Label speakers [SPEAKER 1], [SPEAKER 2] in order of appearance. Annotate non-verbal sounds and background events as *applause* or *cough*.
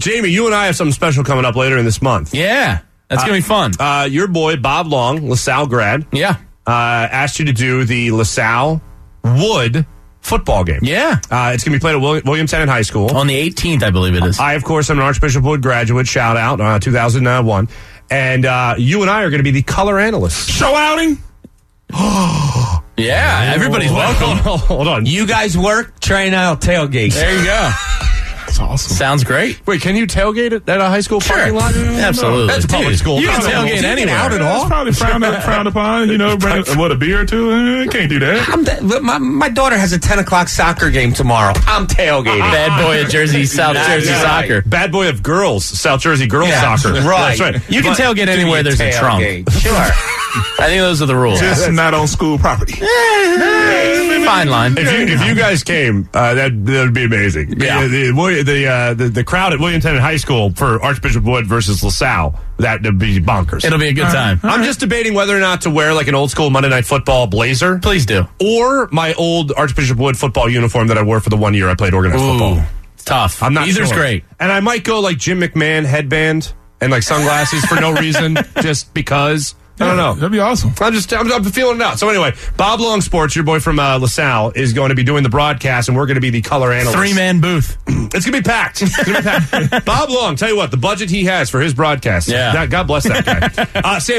[SPEAKER 1] Jamie, you and I have something special coming up later in this month.
[SPEAKER 2] Yeah, that's gonna be fun.
[SPEAKER 1] Uh, your boy, Bob Long, LaSalle grad,
[SPEAKER 2] yeah,
[SPEAKER 1] uh, asked you to do the LaSalle Wood football game.
[SPEAKER 2] yeah.
[SPEAKER 1] Uh, it's going to be played at William- Williamstown High School.
[SPEAKER 2] On the 18th, I believe it is.
[SPEAKER 1] I, of course, am an Archbishop Wood graduate. Shout out, uh, 2001. And uh, you and I are going to be the color analysts.
[SPEAKER 3] Show outing?
[SPEAKER 2] yeah, everybody's welcome.
[SPEAKER 1] *laughs* Hold on.
[SPEAKER 4] You guys work, train out tailgate.
[SPEAKER 2] There you go.
[SPEAKER 3] That's awesome.
[SPEAKER 2] Sounds great.
[SPEAKER 3] Wait, can you tailgate at, at a high school
[SPEAKER 2] Sure.
[SPEAKER 3] parking lot?
[SPEAKER 2] Absolutely.
[SPEAKER 3] That's public
[SPEAKER 2] Dude,
[SPEAKER 3] school.
[SPEAKER 2] You can
[SPEAKER 3] Probably
[SPEAKER 2] tailgate
[SPEAKER 3] won't.
[SPEAKER 2] anywhere.
[SPEAKER 4] out at
[SPEAKER 3] Yeah,
[SPEAKER 4] all?
[SPEAKER 3] It's probably frowned, up, frowned upon. You know,
[SPEAKER 2] *laughs*
[SPEAKER 3] bring what a beer or two. Eh, can't do that.
[SPEAKER 4] I'm th- my, my daughter has a 10 o'clock soccer game tomorrow. I'm tailgating.
[SPEAKER 2] Bad boy of Jersey, South Jersey
[SPEAKER 1] Yeah, right.
[SPEAKER 2] soccer.
[SPEAKER 1] Bad boy of girls, South Jersey girls
[SPEAKER 4] Yeah,
[SPEAKER 1] soccer.
[SPEAKER 2] *laughs*
[SPEAKER 4] right.
[SPEAKER 1] That's right.
[SPEAKER 2] You can
[SPEAKER 1] But-
[SPEAKER 2] tailgate anywhere there's a trunk.
[SPEAKER 4] Tailgate.
[SPEAKER 2] I think those are the rules.
[SPEAKER 3] Just not on school property.
[SPEAKER 2] *laughs* Fine line.
[SPEAKER 1] If you, if you guys came, uh, that that would be amazing.
[SPEAKER 2] Yeah.
[SPEAKER 1] The the, the, uh, the the crowd at Williamtown High School for Archbishop Wood versus LaSalle that would be bonkers.
[SPEAKER 2] It'll be a good time.
[SPEAKER 1] I'm just debating whether or not to wear like an old school Monday Night Football blazer
[SPEAKER 2] Please do.
[SPEAKER 1] or my old Archbishop Wood football uniform that I wore for the one year I played organized
[SPEAKER 2] Ooh,
[SPEAKER 1] football.
[SPEAKER 2] it's tough.
[SPEAKER 1] I'm not.
[SPEAKER 2] Either's
[SPEAKER 1] sure.
[SPEAKER 2] great.
[SPEAKER 1] and I might go like Jim McMahon headband and like sunglasses for no *laughs* reason, just because. I don't know.
[SPEAKER 3] *laughs* That'd be awesome.
[SPEAKER 1] I'm just I'm, I'm feeling it out. So anyway, Bob Long Sports, your boy from uh, LaSalle, is going to be doing the broadcast, and we're going to be the color analyst.
[SPEAKER 2] Three man booth.
[SPEAKER 1] It's going to be packed. It's
[SPEAKER 2] *laughs*
[SPEAKER 1] gonna be packed. Bob Long, tell you what, the budget he has for his broadcast.
[SPEAKER 2] Yeah.
[SPEAKER 1] that- God bless that guy. uh, Sam